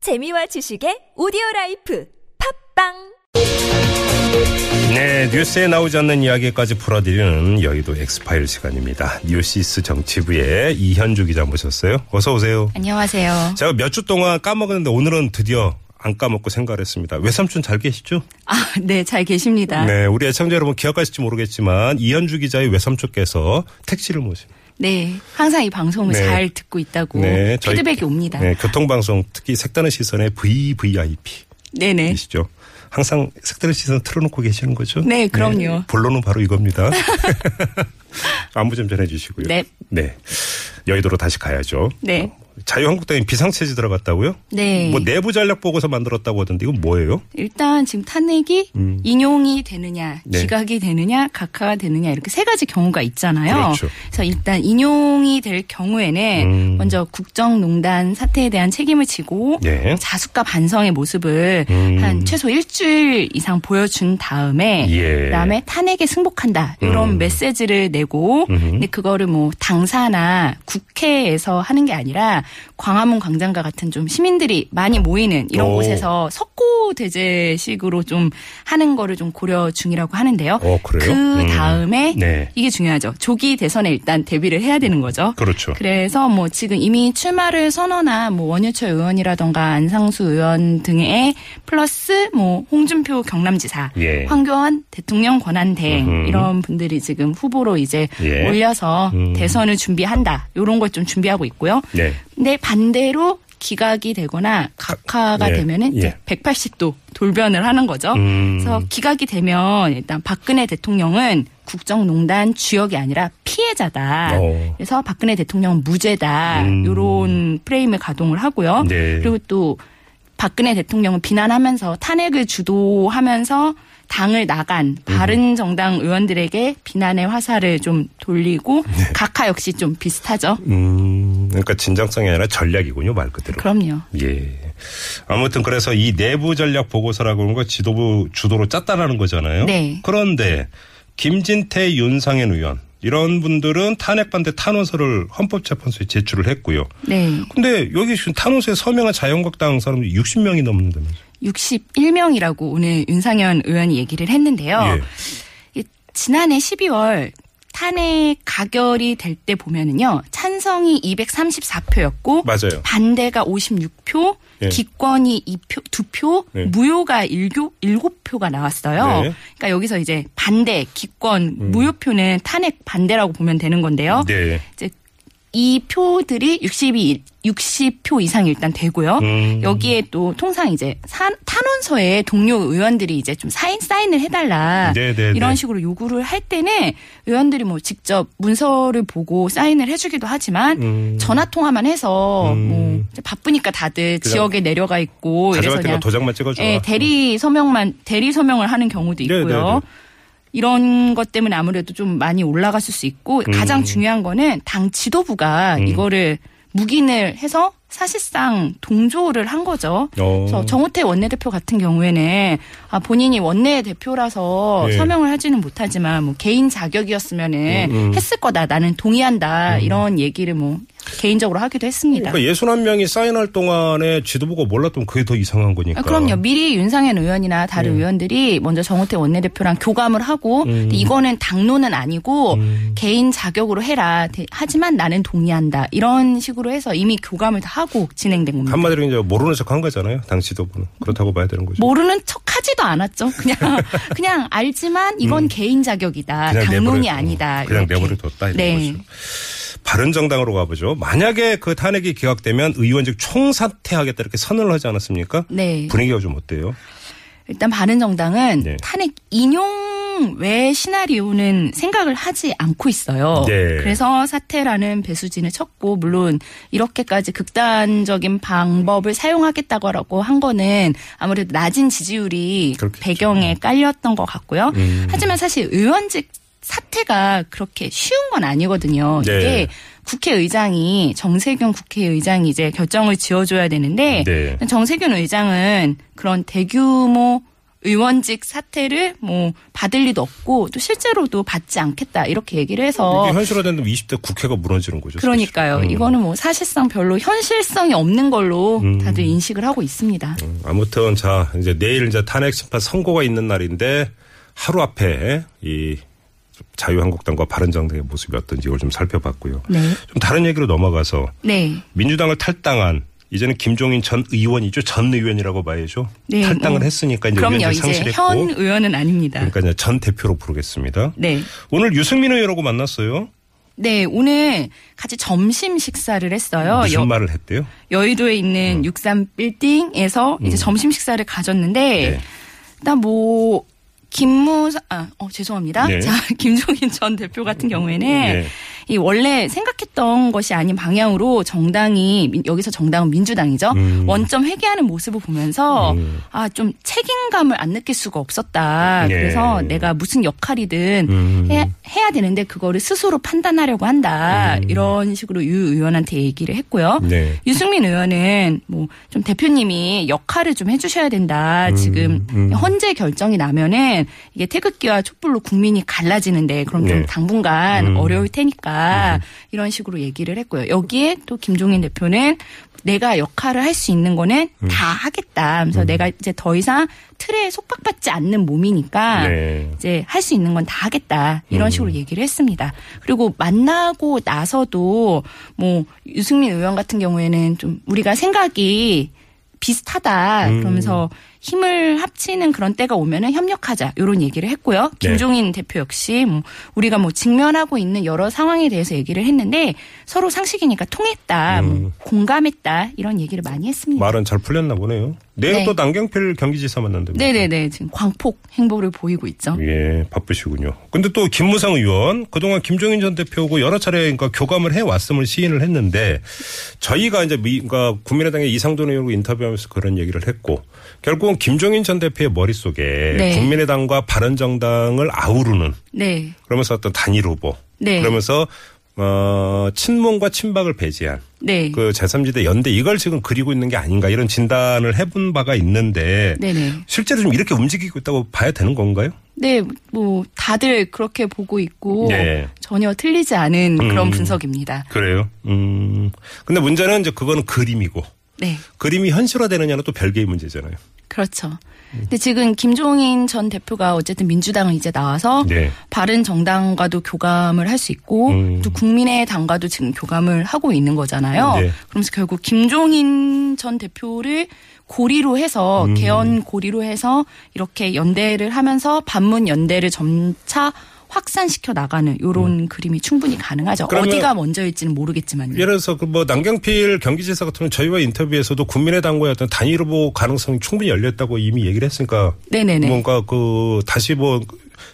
재미와 지식의 오디오 라이프 팝빵 네, 뉴스에 나오지 않는 이야기까지 풀어드리는 여의도 엑스파일 시간입니다. 뉴시스 정치부의 이현주 기자 모셨어요. 어서 오세요. 안녕하세요. 제가 몇 주 동안 까먹었는데 오늘은 드디어 안 까먹고 생각을 했습니다. 외삼촌 잘 계시죠? 아, 네, 잘 계십니다. 네. 네, 우리 애청자 여러분 기억하실지 모르겠지만 이현주 기자의 외삼촌께서 택시를 모신 네, 항상 이 방송을 네. 잘 듣고 있다고 네, 저희- 피드백이 옵니다. 네, 교통방송 특히 색다른 시선의 VVIP이시죠. 네, 네. 항상 색다른 시선 틀어놓고 계시는 거죠? 네, 그럼요. 본론은 바로 이겁니다. 안부 좀 전해주시고요. 네. 네. 여의도로 다시 가야죠. 네. 자유한국당이 비상체제 들어갔다고요? 네. 어. 뭐 내부 전략 보고서 만들었다고 하던데 이건 뭐예요? 일단 지금 탄핵이 인용이 되느냐, 음. 네. 기각이 되느냐, 각하가 되느냐 이렇게 세 가지 경우가 있잖아요. 그렇죠. 래서 일단 인용이 될 경우에는 음. 먼저 국정농단 사태에 대한 책임을 지고 네. 자숙과 반성의 모습을 음. 한 최소 일주일 이상 보여준 다음에 예. 그다음에 탄핵에 승복한다 이런 음. 메시지를 내고 음흠. 근데 그거를 뭐 당사나 국회에서 하는 게 아니라 광화문 광장과 같은 좀 시민들이 많이 모이는 이런 오. 곳에서 석고 대제식으로 좀 하는 거를 좀 고려 중이라고 하는데요. 어, 그래요? 음. 다음에 네. 이게 중요하죠. 조기 대선에 일단 대비를 해야 되는 거죠. 그렇죠. 그래서 뭐 지금 이미 출마를 선언한 뭐 원유철 의원이라던가 안상수 의원 등에 플러스 뭐 홍준표 경남지사, 예. 황교안 대통령 권한대행 음흠. 이런 분들이 지금 후보로 이제 예. 올려서 음. 대선을 준비한다. 요런 걸 좀 준비하고 있고요. 네. 근데 반대로 기각이 되거나 각하가 예. 되면은 이제 예. 180도 돌변을 하는 거죠. 음. 그래서 기각이 되면 일단 박근혜 대통령은 국정농단 주역이 아니라 피해자다. 어. 그래서 박근혜 대통령 무죄다. 음. 이런 프레임을 가동을 하고요. 네. 그리고 또 박근혜 대통령은 비난하면서 탄핵을 주도하면서 당을 나간 음. 바른 정당 의원들에게 비난의 화살을 좀 돌리고 네. 각하 역시 좀 비슷하죠. 음, 그러니까 진정성이 아니라 전략이군요, 말 그대로. 그럼요. 예. 아무튼 그래서 이 내부 전략 보고서라고 하는 거 지도부 주도로 짰다라는 거잖아요. 네. 그런데 김진태, 윤상현 의원 이런 분들은 탄핵 반대 탄원서를 헌법재판소에 제출을 했고요. 네. 근데 여기 지금 탄원서에 서명한 자유한국당 사람들이 60명이 넘는다면서. 61명이라고 오늘 윤상현 의원이 얘기를 했는데요. 예. 이 지난해 12월 탄핵 가결이 될 때 보면은요 찬성이 234표였고 맞아요. 반대가 56표, 예. 기권이 2표, 2표, 예. 무효가 1교, 7표가 나왔어요. 네. 음. 그러니까 여기서 이제 반대, 기권, 무효표는 탄핵 반대라고 보면 되는 건데요. 네. 이제 이 표들이 62, 60표 이상 일단 되고요. 음. 여기에 또 통상 이제 사- 탄원서에 동료 의원들이 이제 좀 사인 사인을 해달라 네, 네, 네. 이런 식으로 요구를 할 때는 의원들이 뭐 직접 문서를 보고 사인을 해주기도 하지만 음. 전화 통화만 해서 음. 뭐 이제 바쁘니까 다들 그냥 지역에 내려가 있고 가져갈 이래서 때만 그냥 도장만 찍어줘. 예, 대리 서명만 대리 서명을 하는 경우도 네, 있고요. 네, 네. 이런 것 때문에 아무래도 좀 많이 올라갔을 수 있고 음. 가장 중요한 거는 당 지도부가 이거를 묵인을 해서 사실상 동조를 한 거죠. 어. 그래서 정호태 원내대표 같은 경우에는 아 본인이 원내대표라서 예. 서명을 하지는 못하지만 뭐 개인 자격이었으면은 음, 했을 거다 나는 동의한다 이런 얘기를 뭐 개인적으로 하기도 했습니다. 그러니까 61명이 사인할 동안에 지도부가 몰랐던 그게 더 이상한 거니까. 네. 아, 그럼요. 미리 윤상현 의원이나 다른 의원들이 먼저 정호태 원내대표랑 교감을 하고 음. 근데 이거는 당론은 아니고 개인 자격으로 해라. 대- 하지만 나는 동의한다. 이런 식으로 해서 이미 교감을 다 하고 진행된 겁니다. 한마디로 이제 모르는 척 한 거잖아요. 당 지도부는. 그렇다고 봐야 되는 거죠. 모르는 척 하지도 않았죠. 그냥 그냥 알지만 이건 개인 자격이다. 음. 그냥 아, 당론이 내버려- 어, 아니다. 그냥 이렇게. 내버려뒀다 이런 네. 거죠. 바른정당으로 가보죠. 만약에 그 탄핵이 기각되면 의원직 총사퇴하겠다 이렇게 선언을 하지 않았습니까? 네. 분위기가 좀 어때요? 일단 바른정당은 네. 탄핵 인용 외 시나리오는 생각을 하지 않고 있어요. 네. 그래서 사태라는 배수진을 쳤고 물론 이렇게까지 극단적인 방법을 사용하겠다고 한 거는 아무래도 낮은 지지율이 그렇겠죠. 음. 배경에 깔렸던 것 같고요. 하지만 사실 의원직 사태가 그렇게 쉬운 건 아니거든요. 네. 이게 국회의장이 정세균 국회의장이 이제 결정을 지어줘야 되는데 네. 정세균 의장은 그런 대규모 의원직 사퇴를 뭐 받을 리도 없고 또 실제로도 받지 않겠다 이렇게 얘기를 해서 이게 현실화된 20대 국회가 무너지는 거죠. 사실. 어. 그러니까요. 음. 이거는 뭐 사실상 별로 현실성이 없는 걸로 음. 다들 인식을 하고 있습니다. 아무튼 자 이제 내일 이제 탄핵 심판 선고가 있는 날인데 하루 앞에 이 자유한국당과 바른정당의 모습이 어떤지 이걸 좀 살펴봤고요. 네. 좀 다른 얘기로 넘어가서 네. 민주당을 탈당한 이제는 김종인 전 의원이죠 전 의원이라고 봐야죠. 네, 탈당을 뭐. 했으니까 이제 그럼요. 의원직 이제 상실했고 현 의원은 아닙니다. 그러니까 이제 전 대표로 부르겠습니다. 네. 오늘 유승민 의원하고 만났어요. 네, 오늘 같이 점심 식사를 했어요. 무슨 여, 말을 했대요? 여의도에 있는 음. 63 빌딩에서 이제 점심 식사를 가졌는데 네. 일단 뭐 김무 아, 어, 죄송합니다. 네. 자, 김종인 전 대표 같은 경우에는 네. 이 원래 생각했던 것이 아닌 방향으로 정당이 민- 여기서 정당은 민주당이죠. 음. 원점 회귀하는 모습을 보면서 음. 아, 좀 책임감을 안 느낄 수가 없었다. 네. 그래서 내가 무슨 역할이든 음. 해, 해야 되는데 그거를 스스로 판단하려고 한다. 이런 식으로 유 의원한테 얘기를 했고요. 음. 네. 유승민 의원은 뭐 좀 대표님이 역할을 좀 해주셔야 된다. 지금 음, 헌재 결정이 나면은 이게 태극기와 촛불로 국민이 갈라지는데 그럼 좀 네. 음. 당분간 어려울 테니까 이런 식으로 얘기를 했고요. 여기에 또 김종인 대표는 내가 역할을 할 수 있는 거는 음. 다 하겠다. 그래서 내가 이제 더 이상 틀에 속박받지 않는 몸이니까 네. 이제 할 수 있는 건 다 하겠다 음. 이런 식으로 얘기를 했습니다. 그리고 만나고 나서도 뭐 유승민 의원 같은 경우에는 좀 우리가 생각이 비슷하다 음. 그러면서 힘을 합치는 그런 때가 오면은 협력하자 이런 얘기를 했고요. 네. 김종인 대표 역시 뭐 우리가 뭐 직면하고 있는 여러 상황에 대해서 얘기를 했는데 서로 상식이니까 통했다, 뭐 음. 공감했다 이런 얘기를 많이 했습니다. 말은 잘 풀렸나 보네요. 내일 네. 또 남경필 경기지사 만난다며. 네네네 지금 광폭 행보를 보이고 있죠. 예, 바쁘시군요. 근데 또 김무성 의원 그동안 김종인 전 대표하고 여러 차례 그러니까 교감을 해 왔음을 시인을 했는데 저희가 이제 미- 그러니까 국민의당의 이상돈 의원과 인터뷰하면서 그런 얘기를 했고 결국은 김종인 전 대표의 머릿속에 네. 국민의당과 바른정당을 아우르는 네. 그러면서 어떤 단일 후보 네. 그러면서 어 친문과 친박을 배제한 네. 그 제3지대 연대 이걸 지금 그리고 있는 게 아닌가 이런 진단을 해본 바가 있는데 네네. 실제로 좀 이렇게 움직이고 있다고 봐야 되는 건가요? 네, 뭐 다들 그렇게 보고 있고 네. 전혀 틀리지 않은 음. 그런 분석입니다. 그래요. 음. 근데 문제는 이제 그거는 그림이고 네, 그림이 현실화되느냐는 또 별개의 문제잖아요. 그렇죠. 근데 지금 김종인 전 대표가 어쨌든 민주당을 이제 나와서 네. 바른 정당과도 교감을 할 수 있고 음. 또 국민의당과도 지금 교감을 하고 있는 거잖아요. 네. 그러면서 결국 김종인 전 대표를 고리로 해서 음. 개헌 고리로 해서 이렇게 연대를 하면서 반문 연대를 점차 확산시켜 나가는 이런 그림이 충분히 가능하죠. 음. 그러면- 어디가 먼저일지는 모르겠지만요. 예를 들어서 그 뭐 남경필 경기지사 같은 경우 저희와 인터뷰에서도 국민의당과의 어떤 단일 후보 가능성이 충분히 열렸다고 이미 얘기를 했으니까 네네네. 뭔가 그 다시 뭐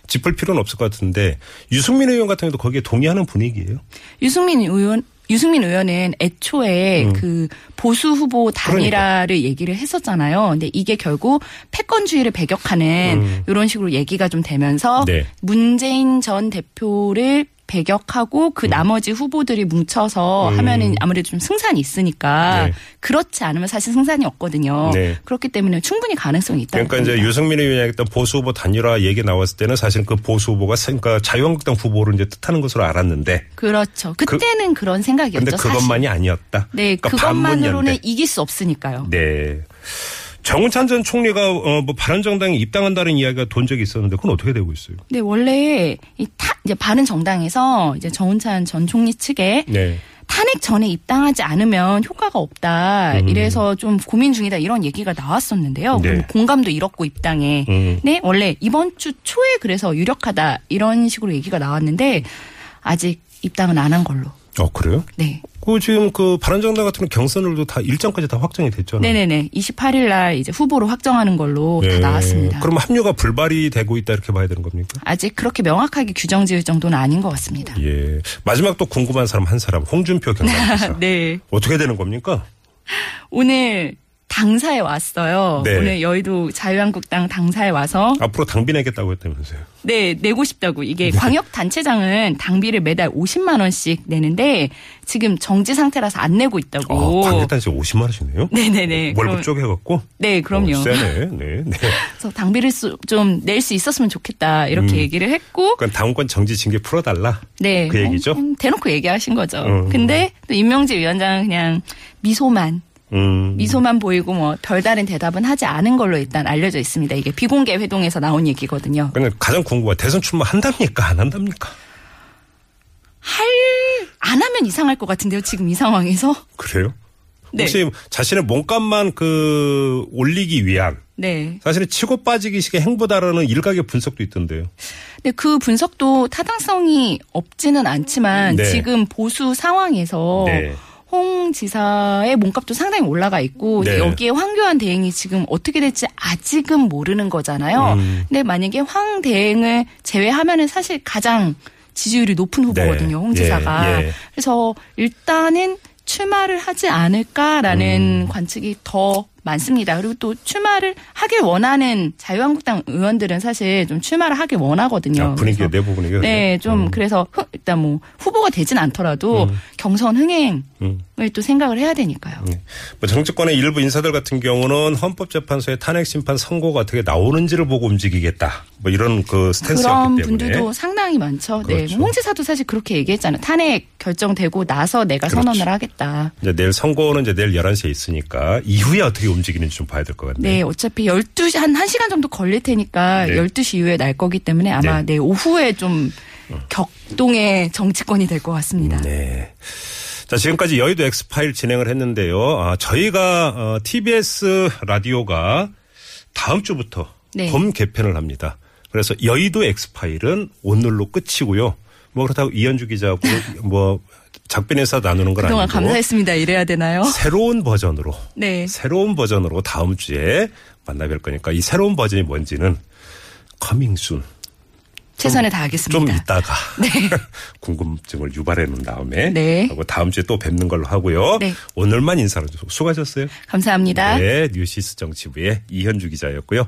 짚을 필요는 없을 것 같은데 유승민 의원 같은 경우도 거기에 동의하는 분위기예요. 유승민 의원 유승민 의원은 애초에 음. 그 보수 후보 그러니까. 단일화를 얘기를 했었잖아요. 근데 이게 결국 패권주의를 배격하는 이런 식으로 얘기가 좀 되면서 음. 네. 문재인 전 대표를 배격하고 음. 그 나머지 후보들이 뭉쳐서 하면은 아무래도 좀 승산이 있으니까 네. 그렇지 않으면 사실 승산이 없거든요. 네. 그렇기 때문에 충분히 가능성이 있다. 그러니까 이제 유승민 의원이 했던 보수 후보 단일화 얘기 나왔을 때는 사실 그 보수 후보가 그러니까 자유한국당 후보를 이제 뜻하는 것으로 알았는데 그렇죠. 그때는 그, 런 생각이었죠. 근데 사실. 그것만이 아니었다. 네, 그러니까 그것만으로는 반문연대. 이길 수 없으니까요. 네. 정우찬 전 총리가 어, 뭐 바른정당에 입당한다는 이야기가 돈 적이 있었는데 그건 어떻게 되고 있어요? 네, 원래 이 타, 이제 바른 정당에서 이제 정운찬 전 총리 측에 네. 탄핵 전에 입당하지 않으면 효과가 없다. 이래서 좀 고민 중이다. 이런 얘기가 나왔었는데요. 음. 네. 그럼 공감도 잃었고 입당에. 음. 네, 원래 이번 주 초에 그래서 유력하다. 이런 식으로 얘기가 나왔는데 아직 입당은 안 한 걸로. 어 그래요? 네. 그 지금 그 바른정당 같은 경우 경선으로도 다 일정까지 다 확정이 됐잖아요. 네네네. 28일 날 이제 후보로 확정하는 걸로 음. 네. 다 나왔습니다. 그럼 합류가 불발이 되고 있다 이렇게 봐야 되는 겁니까? 아직 그렇게 명확하게 규정 지을 정도는 아닌 것 같습니다. 예. 마지막 또 궁금한 사람 한 사람 홍준표 경남지사 네. 어떻게 되는 겁니까? 오늘 당사에 왔어요. 네. 오늘 여의도 자유한국당 당사에 와서 앞으로 당비 내겠다고 했다면서요. 네, 내고 싶다고. 이게 광역 단체장은 당비를 매달 50만 원씩 내는데 지금 정지 상태라서 안 내고 있다고. 어, 광역단지 50만 원이네요. 네네네. 월급 그럼- 쪼개갖고. 네, 그럼요. 어, 세네. 네, 네. 그래서 당비를 좀 낼 수 있었으면 좋겠다 이렇게 음. 얘기를 했고 그러니까 당원권 정지 징계 풀어달라. 네. 그 얘기죠? 음, 대놓고 얘기하신 거죠. 음. 근데 또 임명재 위원장은 그냥 미소만 음. 미소만 보이고 뭐 별다른 대답은 하지 않은 걸로 일단 알려져 있습니다. 이게 비공개 회동에서 나온 얘기거든요. 근데 그러니까 가장 궁금한 대선 출마 한답니까 안 한답니까? 할 안 하면 이상할 것 같은데요. 지금 이 상황에서. 그래요? 네. 혹시 자신의 몸값만 그 올리기 위한 네. 사실은 치고 빠지기식의 행보다라는 일각의 분석도 있던데요. 근데 그 분석도 타당성이 없지는 않지만 네. 지금 보수 상황에서 네. 홍 지사의 몸값도 상당히 올라가 있고 네. 이제 여기에 황교안 대행이 지금 어떻게 될지 아직은 모르는 거잖아요. 음. 근데 만약에 황 대행을 제외하면은 사실 가장 지지율이 높은 후보거든요. 홍 예, 지사가. 예. 그래서 일단은 출마를 하지 음. 않을까라는 관측이 더 많습니다. 그리고 또 출마를 하길 원하는 자유한국당 의원들은 사실 좀 출마를 하길 원하거든요. 아, 분위기가 그래서- 내 부분이요. 음. 네, 좀 그래서 흥- 일단 뭐 후보가 되진 않더라도 경선 흥행을 음. 또 생각을 해야 되니까요. 뭐 정치권의 일부 인사들 같은 경우는 헌법재판소의 탄핵 심판 선고가 어떻게 나오는지를 보고 움직이겠다. 뭐 이런 그 그런 스탠스였기 때문에. 분들도 상당히 많죠. 그렇죠. 네, 홍 지사도 사실 그렇게 얘기했잖아요. 탄핵 결정되고 나서 내가 그렇죠. 선언을 하겠다. 이제 내일 선고는 이제 내일 11시에 있으니까 이후에 어떻게 움직이는지 좀 봐야 될 것 같네요. 네, 어차피 12시, 한 1시간 정도 걸릴 테니까 네. 12시 이후에 날 거기 때문에 아마 네, 오후에 좀 격동의 정치권이 될 것 같습니다. 어. 네. 자, 지금까지 여의도 엑스파일 진행을 했는데요. 아, 저희가 어, TBS 라디오가 다음 주부터 네. 봄 개편을 합니다. 그래서 여의도 엑스파일은 오늘로 끝이고요. 뭐 그렇다고 이현주 기자하고 뭐 작별인사 나누는 건 그동안 아니고 감사했습니다. 이래야 되나요? 새로운 버전으로 네. 새로운 버전으로 다음 주에 만나뵐 거니까 이 새로운 버전이 뭔지는 커밍순 최선을 좀 다하겠습니다. 있다가 궁금증을 유발해 놓은 다음에 네. 하고 다음 주에 또 뵙는 걸로 하고요. 네. 오늘만 인사를 좀 수고하셨어요. 감사합니다. 네, 뉴시스 정치부의 이현주 기자였고요.